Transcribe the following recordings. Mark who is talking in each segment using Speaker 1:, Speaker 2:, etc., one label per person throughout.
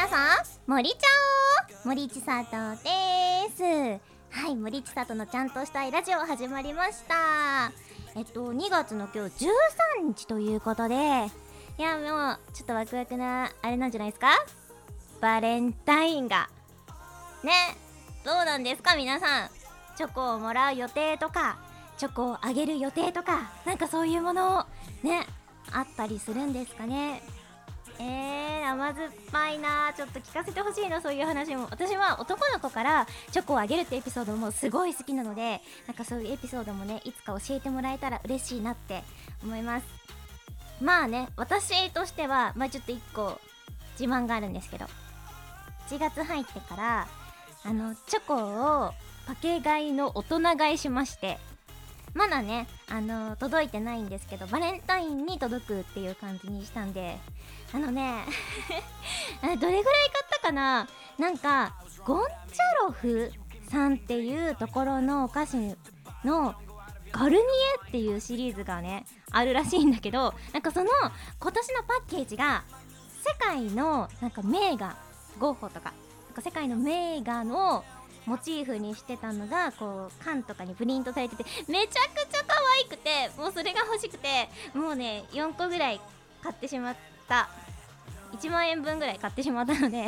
Speaker 1: 森ちゃんを森千里ですはい森千里のちゃんとしたいラジオ始まりましたえっと2月の今日13日ということでいやもうちょっとワクワクなあれなんじゃないですかバレンタインがねどうなんですか皆さんチョコをもらう予定とかチョコをあげる予定とかなんかそういうものをねあったりするんですかねえー、甘酸っぱいなちょっと聞かせてほしいなそういう話も私は男の子からチョコをあげるってエピソードもすごい好きなのでなんかそういうエピソードもねいつか教えてもらえたら嬉しいなって思いますまあね私としてはまあちょっと1個自慢があるんですけど1月入ってからあのチョコをパケ買いの大人買いしましてまだねあの届いてないんですけどバレンタインに届くっていう感じにしたんであのね あどれぐらい買ったかななんかゴンチャロフさんっていうところのお菓子のガルニエっていうシリーズがねあるらしいんだけどなんかその今年のパッケージが世界のなんか名画ゴッホとかなんか世界の名画のモチーフにしてたのがこう缶とかにプリントされててめちゃくちゃ可愛くてもうそれが欲しくてもうね4個ぐらい買ってしまった1万円分ぐらい買ってしまったので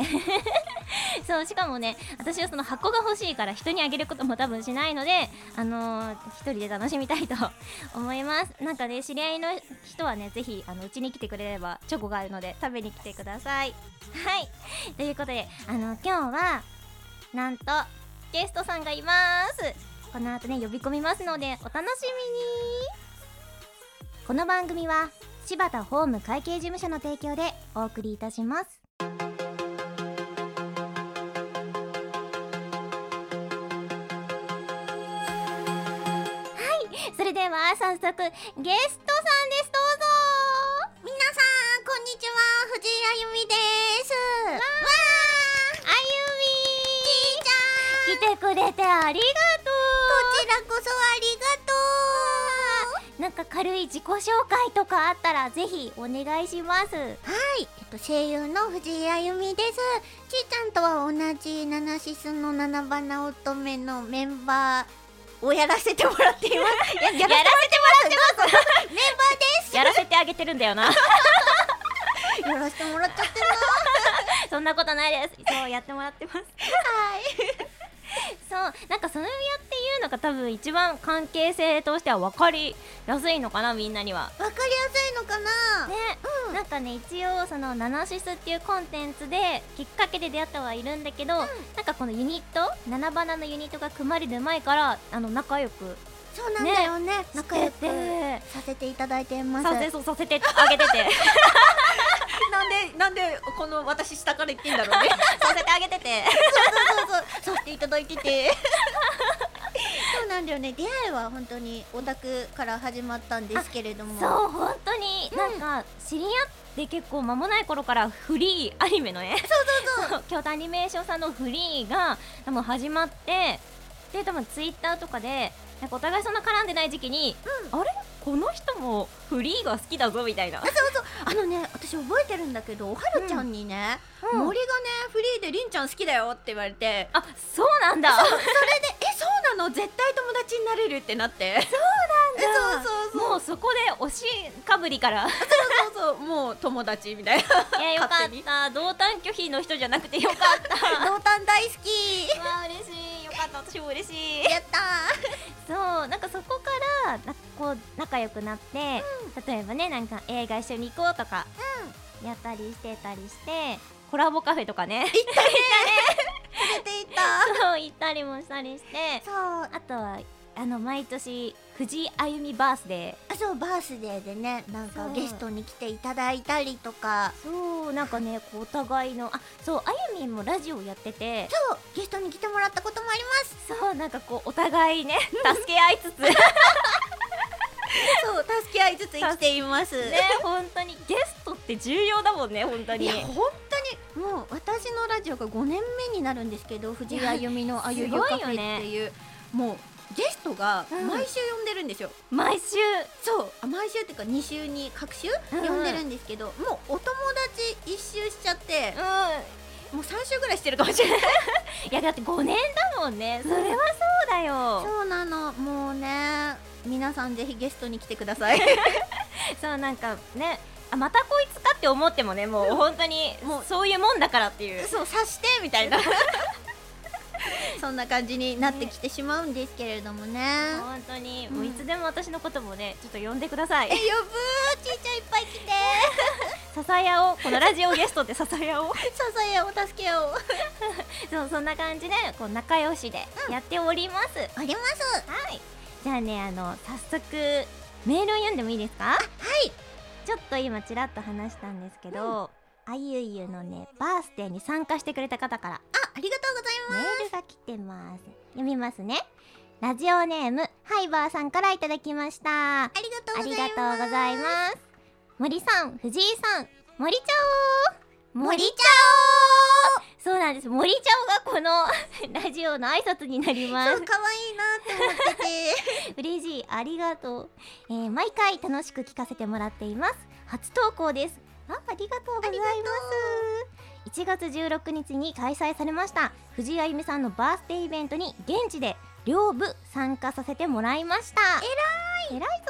Speaker 1: そうしかもね私はその箱が欲しいから人にあげることも多分しないのであのー、一人で楽しみたいと 思いますなんかね知り合いの人はねぜひあのうちに来てくれればチョコがあるので食べに来てくださいはいということであの今日はなんとゲストさんがいますこの後ね呼び込みますのでお楽しみにこの番組は柴田ホーム会計事務所の提供でお送りいたしますはいそれでは早速ゲストさんですどうぞ
Speaker 2: 皆さんこんにちは藤井あゆみですわ
Speaker 1: あゆみちゃん来てくれてありがとう
Speaker 2: こちらこそありがとう
Speaker 1: なんか軽い自己紹介とかあったらぜひお願いします
Speaker 2: はい、えっと、声優の藤井あゆみですちーちゃんとは同じナナシスの七花乙女のメンバーをやらせてもらっています ややらせてもらってますメンバーです
Speaker 1: やらせてあげてるんだよ な
Speaker 2: やらせてもらっちゃってる
Speaker 1: そんなことないですそうやってもらってます
Speaker 2: はい
Speaker 1: そうなんかそのやっていうのが多分一番関係性としては分かりやすいのかなみんなには
Speaker 2: わかりやすいのかな、
Speaker 1: ね、
Speaker 2: うん
Speaker 1: なんかね一応その「ナナシス」っていうコンテンツできっかけで出会ったはいるんだけど、なんかこのユニット七花のユニットが組まれる前からあの仲良く
Speaker 2: そうなんだよね仲良く
Speaker 1: してて
Speaker 2: させていただいてます
Speaker 1: させそうさせてあげてて
Speaker 3: なんでなんでこの私下から言ってんだろ うね。
Speaker 1: させてあげてて
Speaker 2: そうそうそう、させていただい てて。そうなんだよね、出会いは本当にオタクから始まったんですけれど も。
Speaker 1: そう本当になんか知り合って結構間もない頃からフリーアニメのね
Speaker 2: そうそうそう。
Speaker 1: 京都アニメーションさんのフリーが多分始まってで多分ツイッターとかでなんかお互いそんな絡んでない時期に、あれこの人もフリーが好きだぞみたいな
Speaker 2: あ、そうそう、あのね、私覚えてるんだけど、おはるちゃんにね、
Speaker 1: うん
Speaker 2: 森がね、
Speaker 3: フリーでりんちゃん好きだよって言われて、
Speaker 1: あそうなんだ
Speaker 3: それでえそうなの絶対友達になれるってなって。そう
Speaker 2: そう
Speaker 3: そうそう。
Speaker 1: もうそこで推しかぶりから い
Speaker 3: そうそうそうもう友達みたいな。
Speaker 1: やよかっ
Speaker 3: 勝手に
Speaker 1: た同担拒否の人じゃなくてよかっ
Speaker 2: そう、同担大好き。
Speaker 1: たわあ嬉しいよかった私も嬉しい
Speaker 2: やったー。
Speaker 1: そうなんかそこからなこう仲良くなって、例えばねなんか映画一緒に行こうとか、やったりしてたりしてコラボカフェとかね
Speaker 2: 出ていた。
Speaker 1: そう行ったりもしたりして
Speaker 2: そう、あ
Speaker 1: あとはあの毎年藤井あゆみバースデ
Speaker 2: そう、バースデーでね、なんか
Speaker 1: そう
Speaker 2: ゲストに来ていただいたりとか。
Speaker 1: ーそうなんかねこうお互いのあそうあゆみんもラジオやってて
Speaker 2: そう、ゲストに来てもらったこともあります。
Speaker 1: そうなんかこうお互 いね助け合いつつね
Speaker 2: そう、助け合いつつ生きています。
Speaker 1: 本当にゲストって重要だもんね本当
Speaker 2: い
Speaker 1: に
Speaker 2: や本当にもう私のラジオが5年目になるんですけど藤井あゆみのあゆ
Speaker 1: す
Speaker 2: ゆ
Speaker 1: ごい
Speaker 2: カ
Speaker 1: よ
Speaker 2: フェ
Speaker 1: ね
Speaker 2: っていうもうゲストが
Speaker 1: うん
Speaker 2: 毎週呼んでるんですよ、
Speaker 1: 毎週
Speaker 2: そうあ毎週っていうか2週に各週
Speaker 1: うんうん
Speaker 2: 呼んでるんですけど、もうお友達一周しちゃって
Speaker 1: う、ん
Speaker 3: もう3週ぐらいしてるかもしれない
Speaker 1: いやだって5年だもんねそれはそうだよ、
Speaker 2: そうなのもうね皆さんぜひゲストに来てく ださい
Speaker 1: そうなんかねあまたこいつかって思ってもねもう本当にもうそういうもんだからっていう
Speaker 2: そう察してみたいな そんな感じになってきてしまうんですけれどもね
Speaker 1: 本当に
Speaker 2: うん
Speaker 1: もういつでも私のこともねちょっと呼んでください
Speaker 2: え呼ぶーちいちゃんいっぱい来て
Speaker 1: 笹屋をこのラジオゲストって 笹屋を
Speaker 2: 支え合おう助け合おう
Speaker 1: そうそんな感じでこう仲良しでやっております、
Speaker 2: あります
Speaker 1: はいじゃあねあの早速メールを読んでもいいですか
Speaker 2: はい
Speaker 1: ちょっと今ちらっと話したんですけど、あゆゆのねバースデーに参加してくれた方から
Speaker 2: あありがとうござい
Speaker 1: メールが来てます読みますねラジオネームハイバーさんからいただきましたあ
Speaker 2: ますありがとうござい
Speaker 1: り
Speaker 2: ます
Speaker 1: がとうございます森さん藤井さん森ちゃおー
Speaker 2: 森ちゃ
Speaker 1: そうなんです森ちゃおがこの ラジオの挨拶になりま
Speaker 2: お
Speaker 1: す
Speaker 2: そう可愛いなって思って て
Speaker 1: 嬉しいありがとう、えー毎回楽しく聞かせてもらっています初投稿ですあありがとうございます1月16日に開催されました藤井あゆみさんのバースデーイベントに現地で両部参加させてもらいましたえらいえらいぞ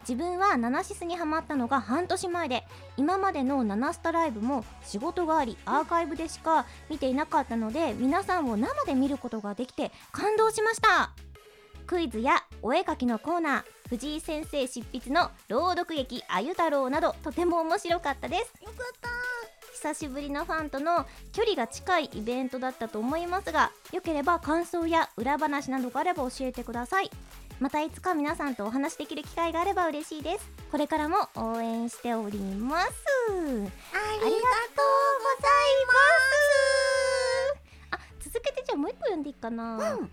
Speaker 1: 自分はナナシスにハマったのが半年前で今までのナナスタライブも仕事がありアーカイブでしか見ていなかったので皆さんを生で見ることができて感動しましたクイズやお絵描きのコーナー藤井先生執筆の朗読劇「あゆ太郎」などとても面白かったです
Speaker 2: よかった
Speaker 1: 久しぶりのファンとの距離が近いイベントだったと思いますがよければ感想や裏話などがあれば教えてくださいまたいつか皆さんとお話しできる機会があれば嬉しいですこれからも応援しております
Speaker 2: あ
Speaker 1: あ
Speaker 2: り
Speaker 1: りがとうござい
Speaker 2: が
Speaker 1: ますあ続けてじゃあもう一個読んでいいかな
Speaker 2: うん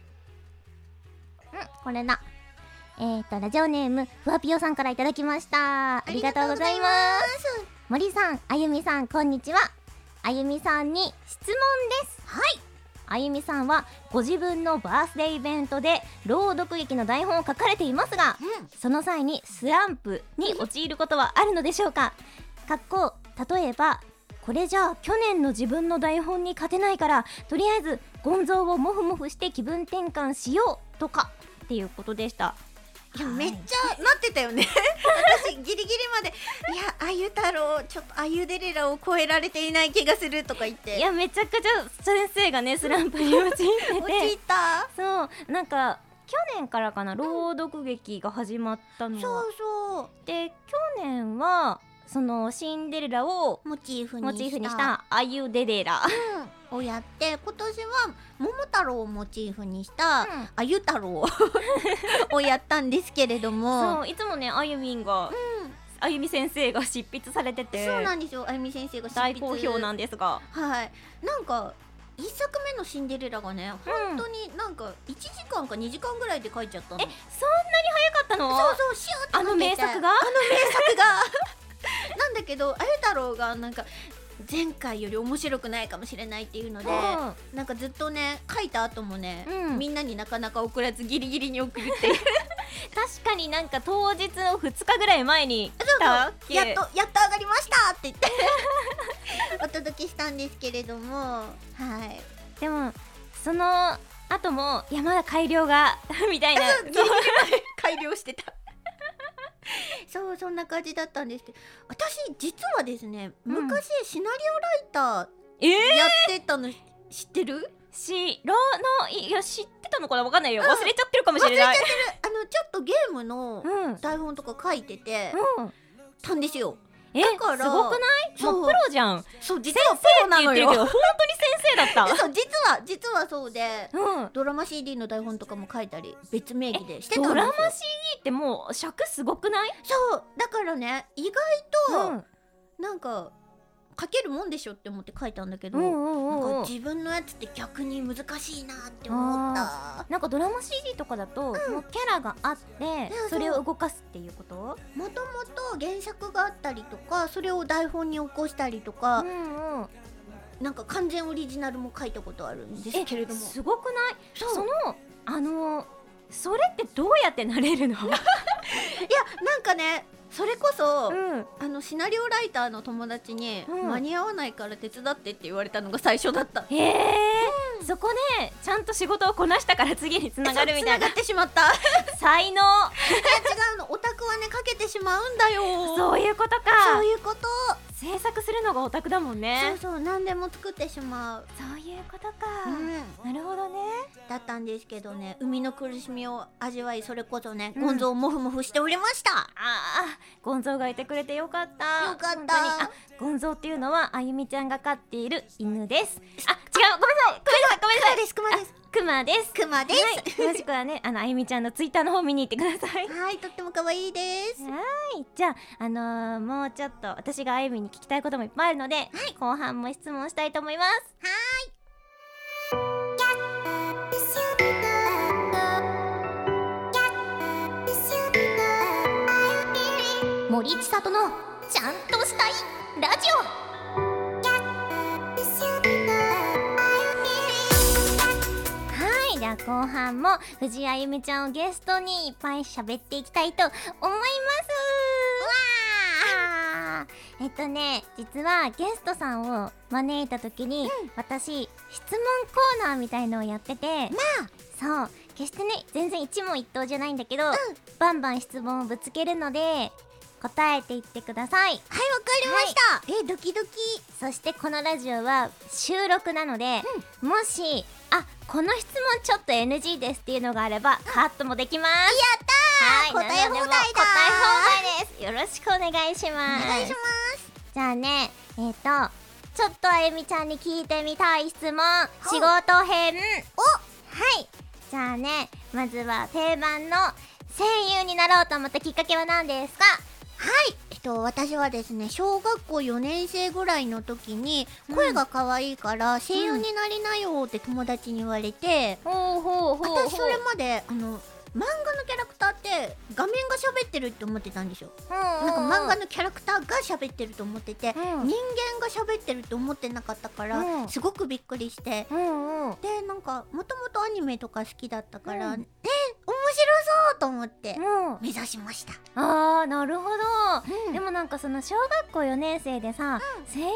Speaker 1: うん、これだ。えー、と、ラジオネーム、ふわぴよさんからいただきました。ありがとうございます。
Speaker 2: す
Speaker 1: 森さん、あゆみさん、こんにちは。あゆみさんに質問です。はい。あゆみさんは、ご自分のバースデーイベントで、朗読劇の台本を書かれていますが、
Speaker 2: うん
Speaker 1: その際にスランプに陥ることはあるのでしょうかかっこ例えばこれじゃあ去年の自分の台本に勝てないからとりあえずゴンゾーをモフモフして気分転換しようとかっていうことでした
Speaker 2: いや
Speaker 1: はい
Speaker 2: めっちゃなってたよね 私ギリギリまで「いやあゆ太郎ちょっとあゆデレラを超えられていない気がする」とか言って
Speaker 1: いやめちゃくちゃ先生がねスランプに陥ってて
Speaker 2: 陥った
Speaker 1: そうなんか去年からかな朗読劇が始まったのは、
Speaker 2: そうそう
Speaker 1: で去年はそのシンデレラを
Speaker 2: モチーフに
Speaker 1: モチーフにしたあゆデレラ、
Speaker 2: うんをやって今年は桃太郎をモチーフにした、
Speaker 1: うん
Speaker 2: あゆ太郎 をやったんですけれども
Speaker 1: そういつもねあゆみんが、
Speaker 2: ん
Speaker 1: あゆみ先生が執筆されてて
Speaker 2: そうなんですよあゆみ先生が執筆
Speaker 1: 大好評なんですが
Speaker 2: はいなんか一作目の「シンデレラ」がね
Speaker 1: 本
Speaker 2: 本当になんか1時間か2時間ぐらいで書いちゃったの
Speaker 1: えそんなに早かったの
Speaker 2: そうそうシューって
Speaker 1: あの名
Speaker 2: 書いて
Speaker 1: 作が
Speaker 2: 作が なんだけどあゆ太郎がなんか前回より面白くないかもしれないっていうのでなんかずっとね書いた後もね、
Speaker 1: うん
Speaker 2: みんなになかなか送らずギリギリに送るっていう
Speaker 1: 確かになんか当日の2日ぐらい前に来た
Speaker 2: や
Speaker 1: っ
Speaker 2: っと
Speaker 1: け
Speaker 2: やっと上がりましたって言って お届けしたんですけれどもはい
Speaker 1: でもその後もいやまだ改良が みたいなそう
Speaker 2: 改良してた そうそんな感じだったんですけど私実はですね
Speaker 1: うん
Speaker 2: 昔シナリオライタ
Speaker 1: えー
Speaker 2: ーやってたの知ってる、
Speaker 1: しろのいいや知ってたのかなわかんないよ、忘れちゃってるかもしれない
Speaker 2: あのちょっとゲームの
Speaker 1: うんうん
Speaker 2: 台本とか書いててたんですよ。
Speaker 1: え
Speaker 2: だから
Speaker 1: すごくないもうプロじゃん
Speaker 2: そう
Speaker 1: 先
Speaker 2: 実はプ
Speaker 1: 生っ
Speaker 2: ロ
Speaker 1: て
Speaker 2: な
Speaker 1: 言っ
Speaker 2: の
Speaker 1: てるけど
Speaker 2: よ。
Speaker 1: 本当に先生だった
Speaker 2: そう実は実は そうで
Speaker 1: うん
Speaker 2: ドラマ CD の台本とかも書いたり別名義でしてたんです
Speaker 1: ド
Speaker 2: よ。
Speaker 1: ラマ CD ってもう尺すごくない
Speaker 2: そうだからね意
Speaker 1: う
Speaker 2: 外
Speaker 1: ん
Speaker 2: となんか書けるもんでしょって思って書いたんだけど、
Speaker 1: うんう
Speaker 2: なん
Speaker 1: んう
Speaker 2: か
Speaker 1: ん
Speaker 2: 自分のやつって逆に難しいなって思った
Speaker 1: なんかドラマ CD とかだと、もうキャラがあって
Speaker 2: そう
Speaker 1: それを動かすっていうこと
Speaker 2: もともと原作があったりとかそれを台本に起こしたりと
Speaker 1: う
Speaker 2: か、
Speaker 1: んうん
Speaker 2: なんか完全オリジナルも書いたことあるんです
Speaker 1: え
Speaker 2: けれども
Speaker 1: すごくない
Speaker 2: そう
Speaker 1: そのあのそれってどうやってなれるの
Speaker 2: いやなんかね
Speaker 3: それこそ、
Speaker 1: うん
Speaker 3: あのシナリオライターの友達に、
Speaker 1: うん
Speaker 3: 間に合わないから手伝ってって言われたのが最初だ った
Speaker 1: へ え、そこでちゃんと仕事をこなしたから次につながるみたいな
Speaker 3: 繋がってしまった
Speaker 1: 才能
Speaker 2: 違うのオタクはねかけてしまうんだよ
Speaker 1: そういうことか
Speaker 2: そういうこと
Speaker 1: 制作するのがオタクだもん
Speaker 2: そう
Speaker 1: ね
Speaker 2: そう何でも作ってしまう、
Speaker 1: そういうことか、
Speaker 2: うん、
Speaker 1: なるほどね
Speaker 2: だったんですけどね海の苦しみを味わいそれこそね
Speaker 1: うん
Speaker 2: ゴンゾをモフモフしておりました、
Speaker 1: ああゴンゾーがいてくれてよかった
Speaker 2: よかった
Speaker 1: 本当にあゴンゾーっていうのはあゆみちゃんが飼っている犬ですあ違うごめんなさいごめんなさいごめんなさい
Speaker 2: ですクマです
Speaker 1: クマです
Speaker 2: クマです
Speaker 1: はい、詳しくはねあのあゆみちゃんのツイッターの方見に行ってください
Speaker 2: はいとっても可愛いです
Speaker 1: はいじゃあ、あのーもうちょっと私があゆみに聞きたいこともいっぱいあるので、後半も質問したいと思います
Speaker 2: 森千里のちゃんとしたいラジ
Speaker 1: はいでは後半も藤井あゆみちゃんをゲストにいっぱい喋っていきたいと思いますわーえっとね実はゲストさんを招いた時に、私質問コーナーみたいのをやっててそう決してね全然一問一答じゃないんだけど、バンバン質問をぶつけるので答えていってください
Speaker 2: はいわかりました、えドキドキ
Speaker 1: そしてこのラジオは収録なので、もしあこの質問ちょっと NG ですっていうのがあればカットもできます
Speaker 2: やったー、
Speaker 1: はい
Speaker 2: 答え
Speaker 1: 何
Speaker 2: 放題だ
Speaker 1: でも答え放題ですよろしくお願いします
Speaker 2: お願いします
Speaker 1: じゃあねえっ、とちょっとあゆみちゃんに聞いてみたい質問仕事編
Speaker 2: お
Speaker 1: はいじゃあねまずは定番の声優になろうと思ったきっかけは何ですか
Speaker 2: はい、えっと、私はですね小学校4年生ぐらいの時に
Speaker 1: うん
Speaker 2: 声が可愛いから声優になりなよって友達に言われて、
Speaker 1: ほうほう
Speaker 2: 私それまであの漫画のキャラクターって画面が喋ってるって思ってたんですよなんか漫画のキャラクターが喋ってると思って
Speaker 1: う
Speaker 2: て、
Speaker 1: ん
Speaker 2: 人間が喋ってると思ってなかったから、
Speaker 1: うん
Speaker 2: すごくびっくりして
Speaker 1: うんうん
Speaker 2: でなんかもともとアニメとか好きだったから、
Speaker 1: うん
Speaker 2: ね面白そうと思って
Speaker 1: うん
Speaker 2: 目指しました、
Speaker 1: あーなるほど、
Speaker 2: うん
Speaker 1: でもなんかその小学校4年生でさ、声優っ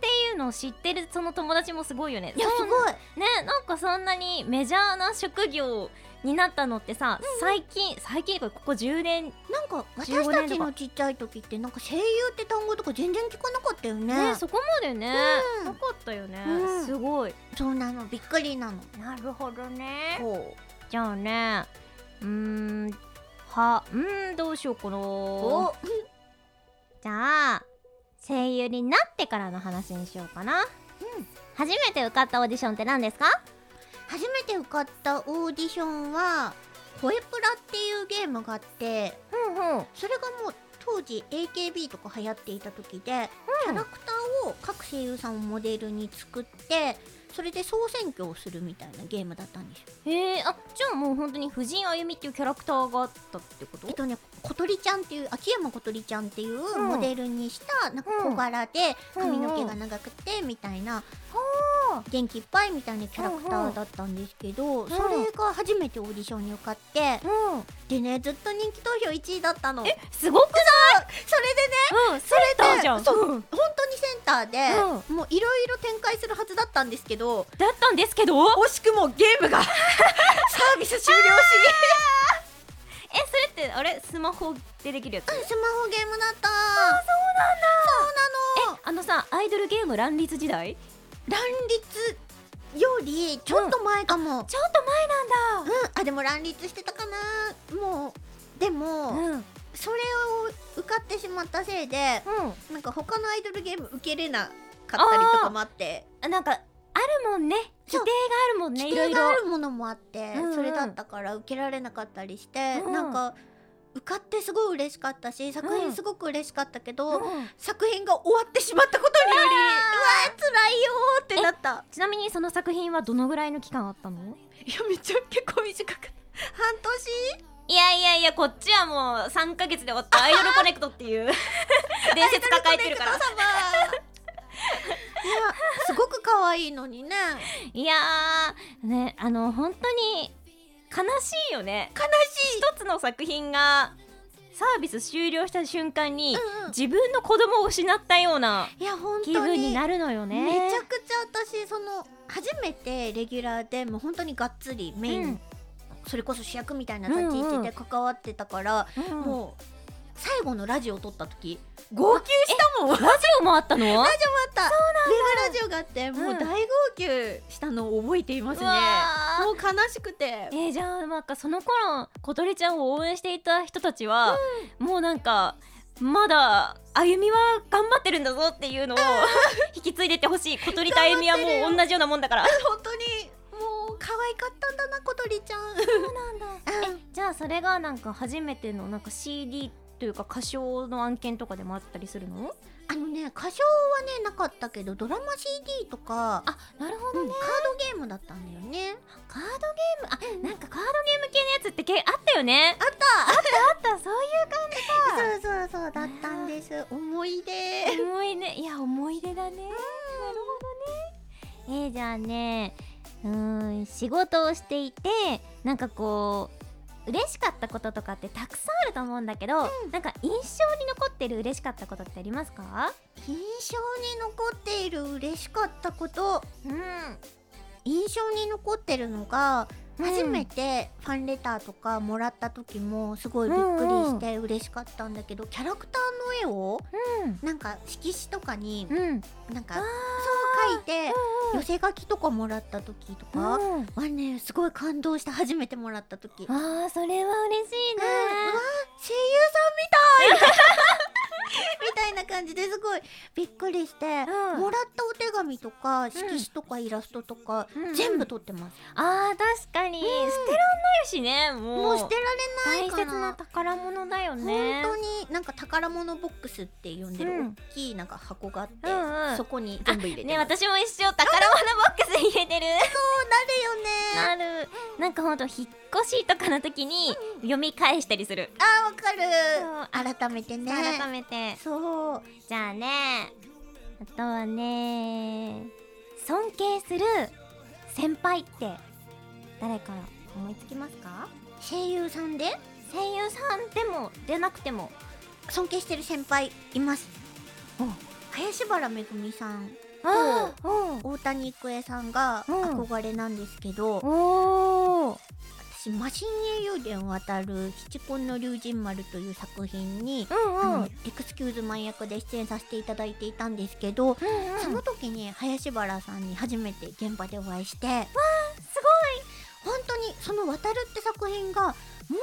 Speaker 1: ていうのを知ってるその友達もすごいよね
Speaker 2: いやす
Speaker 1: そん
Speaker 2: ごい
Speaker 1: ねなんかそんなにメジャーな職業になったのってさ、最近最近ここ10年
Speaker 2: なんか私
Speaker 1: 15
Speaker 2: た
Speaker 1: 年
Speaker 2: ち
Speaker 1: とか
Speaker 2: のちっちゃい時ってなんか声優って単語とか全然聞かなかったよね
Speaker 1: ねそこまでね、
Speaker 2: うん
Speaker 1: なかったよね、
Speaker 2: うん
Speaker 1: すごい
Speaker 2: そうなのびっくりなの
Speaker 1: なるほどね
Speaker 2: こ
Speaker 1: じゃあねうーんはうーんどうしようかな
Speaker 2: う お
Speaker 1: じゃあ声優になってからの話にしようかな、初めて受かったオーディションって何ですか
Speaker 2: 初めて受かったオーディションは「ホエプラ」っていうゲームがあって
Speaker 1: うんうん
Speaker 2: それがもう当時 AKB とか流行っていた時で、キャラクターを各声優さんをモデルに作ってそれで総選挙をするみたいなゲームだったんですよ
Speaker 1: へえあじゃあもう本当に藤井あゆみっていうキャラクターがあったってこと
Speaker 2: えっとね、小鳥ちゃんっていう秋山小鳥ちゃんっていうんモデルにしたなんか
Speaker 1: うん
Speaker 2: 小柄で
Speaker 1: うん
Speaker 2: 髪の毛が長くてみたいな
Speaker 1: ほう
Speaker 2: 元気いっぱいみたいなキャラクターだったんですけど
Speaker 1: ん
Speaker 2: それが初めてオーディションに受かって
Speaker 1: うん
Speaker 2: でねずっと人気投票1位だったのそれでね
Speaker 1: すごくないうんそれ
Speaker 2: それ
Speaker 1: だ
Speaker 2: で
Speaker 1: じゃん
Speaker 2: そう
Speaker 1: うん
Speaker 2: 本当にセンターでもういろいろ展開するはずだったんですけど
Speaker 1: だったんですけど
Speaker 3: 惜しくもゲーム がサービス終了し
Speaker 1: えそれってあれスマホでできるやつ
Speaker 2: うんスマホゲームだったあそうなんだそうなの
Speaker 1: あのさアイドルゲーム乱立時代
Speaker 2: 乱立よりちょっと前かも、
Speaker 1: ちょっと前なんだ
Speaker 2: うん、あでも乱立してたかなもうでも、
Speaker 1: うんうん
Speaker 2: それを受かってしまったせいでなんか他のアイドルゲーム受けれなかったりとかもあって
Speaker 1: あなんかあるもんね規定
Speaker 2: そう
Speaker 1: があるもんね
Speaker 2: 規
Speaker 1: いろ
Speaker 2: 定
Speaker 1: い
Speaker 2: があ
Speaker 1: ろ
Speaker 2: るものもあって、
Speaker 1: うんうん
Speaker 2: それだったから受けられなかったりして、
Speaker 1: うん
Speaker 2: なんか受かってすごい嬉しかったし作
Speaker 1: う
Speaker 2: 品
Speaker 1: ん
Speaker 2: すごく嬉しかったけど、
Speaker 1: うん
Speaker 2: 作品が終わってしまったことによりうわー辛いよーってなった
Speaker 1: ちなみにその作品はどのぐらいの期間あったの
Speaker 3: いやめっちゃ結構短かった
Speaker 2: 半年
Speaker 1: いやいやいやこっちはもう3ヶ月で終わ ったアイドルコネクトっていう伝説抱えてるから
Speaker 2: アイドルコネクト様いやすごく可愛いのにね
Speaker 1: いやーねあの本当に悲しいよね
Speaker 2: 悲しい
Speaker 1: 一つの作品がサービス終了した瞬間に、
Speaker 2: うんうん
Speaker 1: 自分の子供を失ったようない
Speaker 2: や本当
Speaker 1: 気
Speaker 2: に
Speaker 1: 分になるのよね
Speaker 2: めちゃくちゃ私その初めてレギュラーでもう本当にがっつりメイン、
Speaker 1: うん
Speaker 2: それこそ主役みたいな立ち位置で関わってたから、
Speaker 1: うん
Speaker 2: もう最後のラジオを撮った時号泣したもん
Speaker 1: ラジオもあったの
Speaker 2: ラジオもあったウェブラジオがあってもう
Speaker 1: うん
Speaker 2: 大号泣したのを覚えていますね、
Speaker 1: うわ
Speaker 2: もう悲しくて
Speaker 1: えー、じゃあなんかその頃小鳥ちゃんを応援していた人たちは、もうなんかまだ歩みは頑張ってるんだぞっていうのを引き継いでってほしい小鳥と歩みはもう同じようなもんだから
Speaker 2: 本当にもう可愛かったんだな小鳥 ちゃんうん
Speaker 1: じゃあそれがなんか初めてのなんか CD というか歌唱の案件とかでもあったりするの
Speaker 2: あのね歌唱はねなかったけどドラマ CD とか
Speaker 1: あなるほ
Speaker 2: う
Speaker 1: ど
Speaker 2: ん
Speaker 1: ね、
Speaker 2: カードゲームだったんだよね
Speaker 1: カードゲームあなんかカードゲーム系のやつってけあったよね
Speaker 2: あった
Speaker 1: あったそう
Speaker 2: そうそうそうだったんです思い出
Speaker 1: いう思い出いや思い出だねなるほどねえー、じゃあねうーん仕事をしていてなんかこう嬉しかったこととかってたくさんあると思うんだけど、なんか印象に残ってる嬉しかったことってありますか
Speaker 2: 印象に残っている嬉しかったこと
Speaker 1: うん
Speaker 2: 印象に残ってるのが
Speaker 1: うん
Speaker 2: 初めてファンレターとかもらった時もすごいびっくりして嬉しかったんだけどキャラクターの絵を
Speaker 1: うん
Speaker 2: なんか色紙とかに
Speaker 1: うん
Speaker 2: なんかそう書いて寄せ書きとかもらった時とか
Speaker 1: うん
Speaker 2: はねすごい感動して初めてもらった時うんうわ
Speaker 1: あーそれは嬉しいね、
Speaker 2: 声優さんみたいみたいな 感じですごいびっくりして
Speaker 1: うん
Speaker 2: もらったお手紙とか色紙とかイラストとか
Speaker 1: うん
Speaker 2: 全部撮ってます
Speaker 1: あー確かに、捨てらんないしねもう
Speaker 2: もう捨てられない
Speaker 1: 大
Speaker 2: か
Speaker 1: 切な
Speaker 2: な
Speaker 1: 宝物だよね
Speaker 2: 本当になんか宝物ボックスって呼んでる
Speaker 1: うん
Speaker 2: 大きいなんか箱があって、
Speaker 1: うんうん
Speaker 2: そこに全部入れて
Speaker 1: ね
Speaker 2: ます、
Speaker 1: 私も一生宝物ボックスに入れてる
Speaker 2: そう なるよ
Speaker 1: な
Speaker 2: ね
Speaker 1: るなんかほんと引っ越しとかの時に読み返したりする、
Speaker 2: あーわか
Speaker 1: そう
Speaker 2: る改めてね
Speaker 1: 改めて
Speaker 2: そう
Speaker 1: じゃあねあとはね尊敬する先輩って誰から思いつきますか
Speaker 2: 声優さんで
Speaker 1: 声優さんでも出なくても
Speaker 2: 尊敬してる先輩います林原めぐみさん
Speaker 1: あー
Speaker 2: 大谷育恵さんが
Speaker 1: うん
Speaker 2: 憧れなんですけど、
Speaker 1: うんおお
Speaker 2: 私「魔神英雄伝を渡る七根の龍神丸」という作品に、
Speaker 1: うん
Speaker 2: あ
Speaker 1: うん
Speaker 2: のエクスキューズマン役で出演させていただいていたんですけど、
Speaker 1: うんうん
Speaker 2: その時に林原さんに初めて現場でお会いしてわあすごい本当にその「渡る」って作品がもう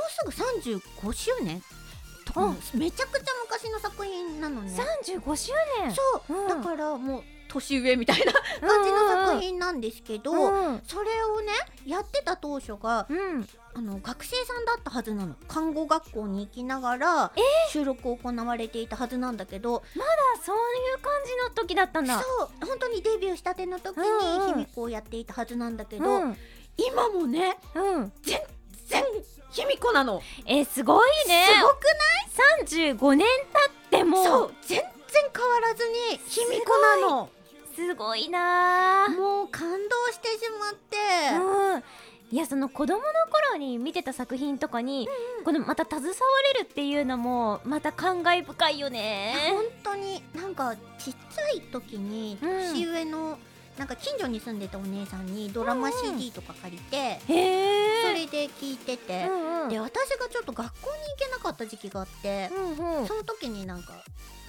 Speaker 2: すぐ35周年とかのめちゃくちゃ昔の作品なのね
Speaker 1: 35周年
Speaker 2: そう、
Speaker 1: うん
Speaker 2: だからもう年上みたいな感じの作品なんですけど、
Speaker 1: うん
Speaker 2: それをねやってた当初が
Speaker 1: うん
Speaker 2: あの学生さんだったはずなの看護学校に行きながら収録を行われていたはずなんだけど、
Speaker 1: あそういう感じの時だったんだ
Speaker 2: そう本当にデビューしたての時に
Speaker 1: うんうん
Speaker 2: 卑弥呼をやっていたはずなんだけど、
Speaker 1: うん
Speaker 4: 今もね
Speaker 1: うん
Speaker 4: 全卑弥呼なの
Speaker 1: えーすごいね
Speaker 2: すごく
Speaker 1: 35年経っても
Speaker 2: そう全然変わらずに卑弥呼なの
Speaker 1: すごいなー
Speaker 2: もう感動してしまって、
Speaker 1: うんいやその子供の頃に見てた作品とかに、このまた携われるっていうのもまた感慨深いよね
Speaker 2: 本当になんかちっちゃい時に
Speaker 1: うん
Speaker 2: 年上のなんか近所に住んでたお姉さんにドラマ CD とか借りて、
Speaker 1: へ
Speaker 2: そ
Speaker 1: え
Speaker 2: れで聞いてて、
Speaker 1: うんうん
Speaker 2: で私がちょっと学校に行けなかった時期があって、
Speaker 1: うんうん
Speaker 2: その時になんか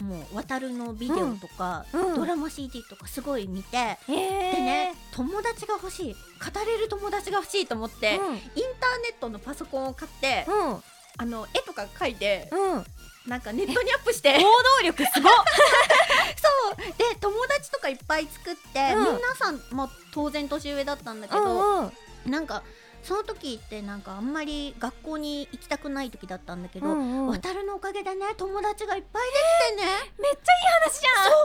Speaker 2: もう渡るのビデオとか、
Speaker 1: うんうん
Speaker 2: ドラマ CD とかすごい見て、
Speaker 1: へえ
Speaker 2: でね友達が欲しい
Speaker 4: 語れる友達が欲しいと思って、インターネットのパソコンを買って、
Speaker 1: うんうん
Speaker 4: あの絵とか描いて
Speaker 1: うん行
Speaker 4: なんかネットにアップ して
Speaker 1: 動力すごっ
Speaker 2: そうで友達とかいっぱい作って、
Speaker 1: うん
Speaker 2: 皆さん、まあ、当然年上だったんだけ
Speaker 1: う
Speaker 2: ど、
Speaker 1: んうん
Speaker 2: なんかその時ってなんかあんまり学校に行きたくない時だったんだけど、
Speaker 1: うんうんめっちゃいい
Speaker 2: 渡るのおかげでね友達がいっぱいできてね、
Speaker 1: 話じゃん
Speaker 2: そう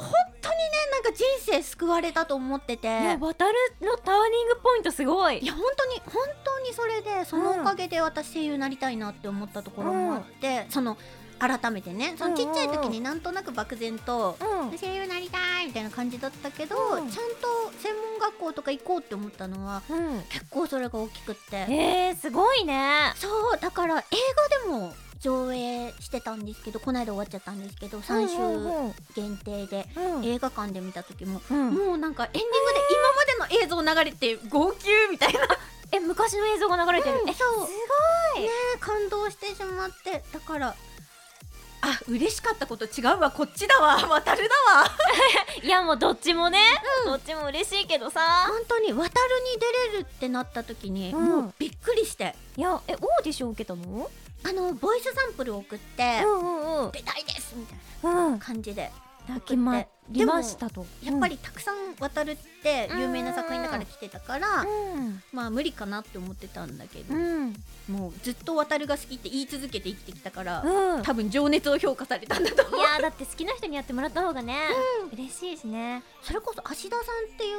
Speaker 2: 本当にねなんか人生救われたと思ってて
Speaker 1: いや渡るのターニングポイントすごい
Speaker 2: いや本当に本当にそれでそのおかげで私声優になりたいなって思ったところもあって、その改めてねそのちっちゃい時になんとなく漠然と
Speaker 1: うん
Speaker 2: 声優になりたいみたいな感じだったけど、
Speaker 1: うん
Speaker 2: ちゃんと専門学校とか行こうって思ったのは
Speaker 1: うん
Speaker 2: 結構それが大きくって
Speaker 1: えー、すごいね
Speaker 2: そうだから映画でも上映してたんですけどこの間終わっちゃったんですけど3週限定で
Speaker 1: うん
Speaker 2: 映画館で見た時も
Speaker 1: うん
Speaker 3: もうなんかエンディングで今までの映像流れて号泣みたいな
Speaker 5: え昔の映像が流れてる、え
Speaker 2: そうすごいねえ感動してしまってだから
Speaker 3: あ嬉しかったこと違うわこっちだわ 渡るだわ
Speaker 5: いやもうどっちもね、どっちも嬉しいけどさ
Speaker 2: 本当に渡るに出れるってなった時に
Speaker 1: うん
Speaker 2: もうびっくりして
Speaker 5: いやえオーディション受けたの
Speaker 2: あのボイスサンプルを送って
Speaker 5: うんうんうん
Speaker 2: 出たいですみたい
Speaker 1: うん
Speaker 2: な感じで
Speaker 5: だきまりましたと
Speaker 2: やっぱりたくさん渡るって有名な作品だから来てたから
Speaker 1: うん
Speaker 2: まあ無理かなって思ってたんだけど
Speaker 1: うん
Speaker 2: もうずっと渡るが好きって言い続けて生きてきたから
Speaker 1: うん
Speaker 3: 多分情熱を評価されたんだと
Speaker 5: い
Speaker 3: 思う
Speaker 5: やーだって好きな人にやってもらった方がね、嬉しいしね
Speaker 2: それこそ芦田さんっていう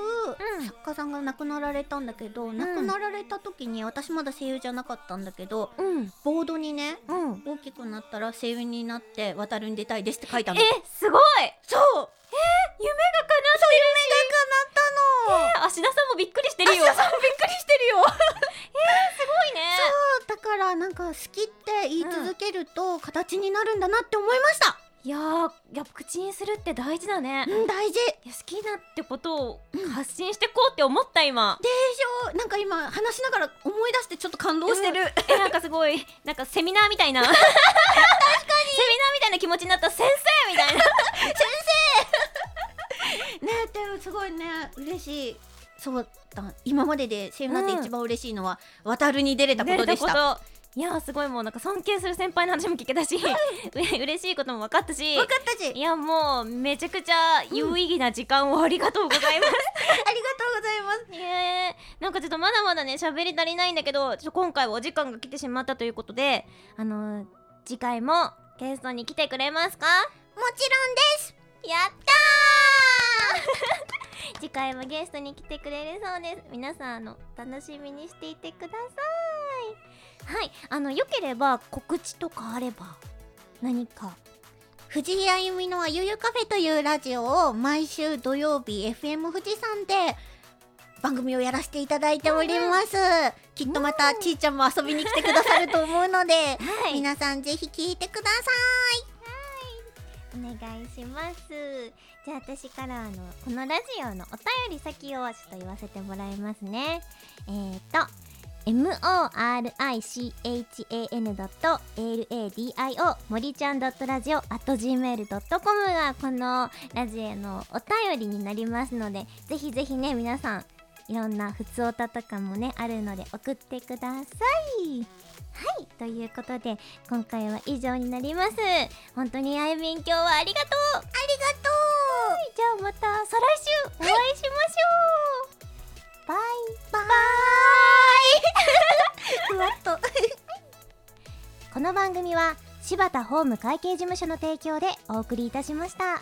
Speaker 2: 作家さんが亡くなられたんだけど、亡くなられた時に私まだ声優じゃなかったんだけど
Speaker 1: うん
Speaker 2: ボードにね
Speaker 1: うん
Speaker 2: 大きくなったら声優になって渡るに出たいですって書いたの
Speaker 5: えすごい
Speaker 2: そう
Speaker 5: 夢が
Speaker 2: 夢が叶った
Speaker 5: 叶
Speaker 2: の、
Speaker 5: う芦田さんもびっくりしてるよ芦田さんびっくりして るよえ
Speaker 2: そうだからなんか好きって言い続けると形になるんだなって思いました、
Speaker 5: ーすごいねいやーやっぱ口にするって大事だね、
Speaker 2: うん、大事
Speaker 5: いや好きだってことを発信してこうって思った今、
Speaker 2: でしょなんか今話しながら思い出してちょっと感動してる、
Speaker 5: えなんかすごいなんかセミナーみたい な確かにセミナーみたいな気持ちになった先生みたいな
Speaker 2: ねえってすごいね嬉しいそうだ今までで声優になって一番嬉しいのは、渡るに出れたことでした
Speaker 5: 出れたこといやーすごいもうなんか尊敬する先輩の話も聞けたしう 嬉しいことも分かったし
Speaker 2: 分かったしあり
Speaker 5: いやもうめちゃくちゃ有意義な時間をありがとうございます、
Speaker 2: がとうございます
Speaker 5: ねえなんかちょっとまだまだね喋り足りないんだけどちょっと今回はお時間が来てしまったということであのー次回もゲストに来てくれますか
Speaker 2: もちろんです
Speaker 5: やったー 次回もゲストに来てくれるそうです皆さんあの楽しみにしていてくださいはいあのよければ告知とかあれば何か
Speaker 2: 藤井あゆみのあゆゆカフェというラジオを毎週土曜日 FM 富士山で番組をやらせていただいております、きっとまたちーちゃんも遊びに来てくださると思うので、
Speaker 5: はい
Speaker 2: 皆さんぜひ聞いてくださ
Speaker 1: お願いしますじゃあ私からあのこのラジオのお便り先をちょっと言わせてもらいますねえー、と morichan.ladio 森ちゃん .radio gmail.com がこのラジオへのお便りになりますのでぜひぜひね皆さんいろんな普通歌とかもねあるので送ってくださいはいということで今回は以上になります本当にあゆみん今日はありがとうありがとう、はい、じゃあまた再来週お会いしましょう、バイバ イふわっとこの番組は柴田ホーム会計事務所の提供でお送りいたしました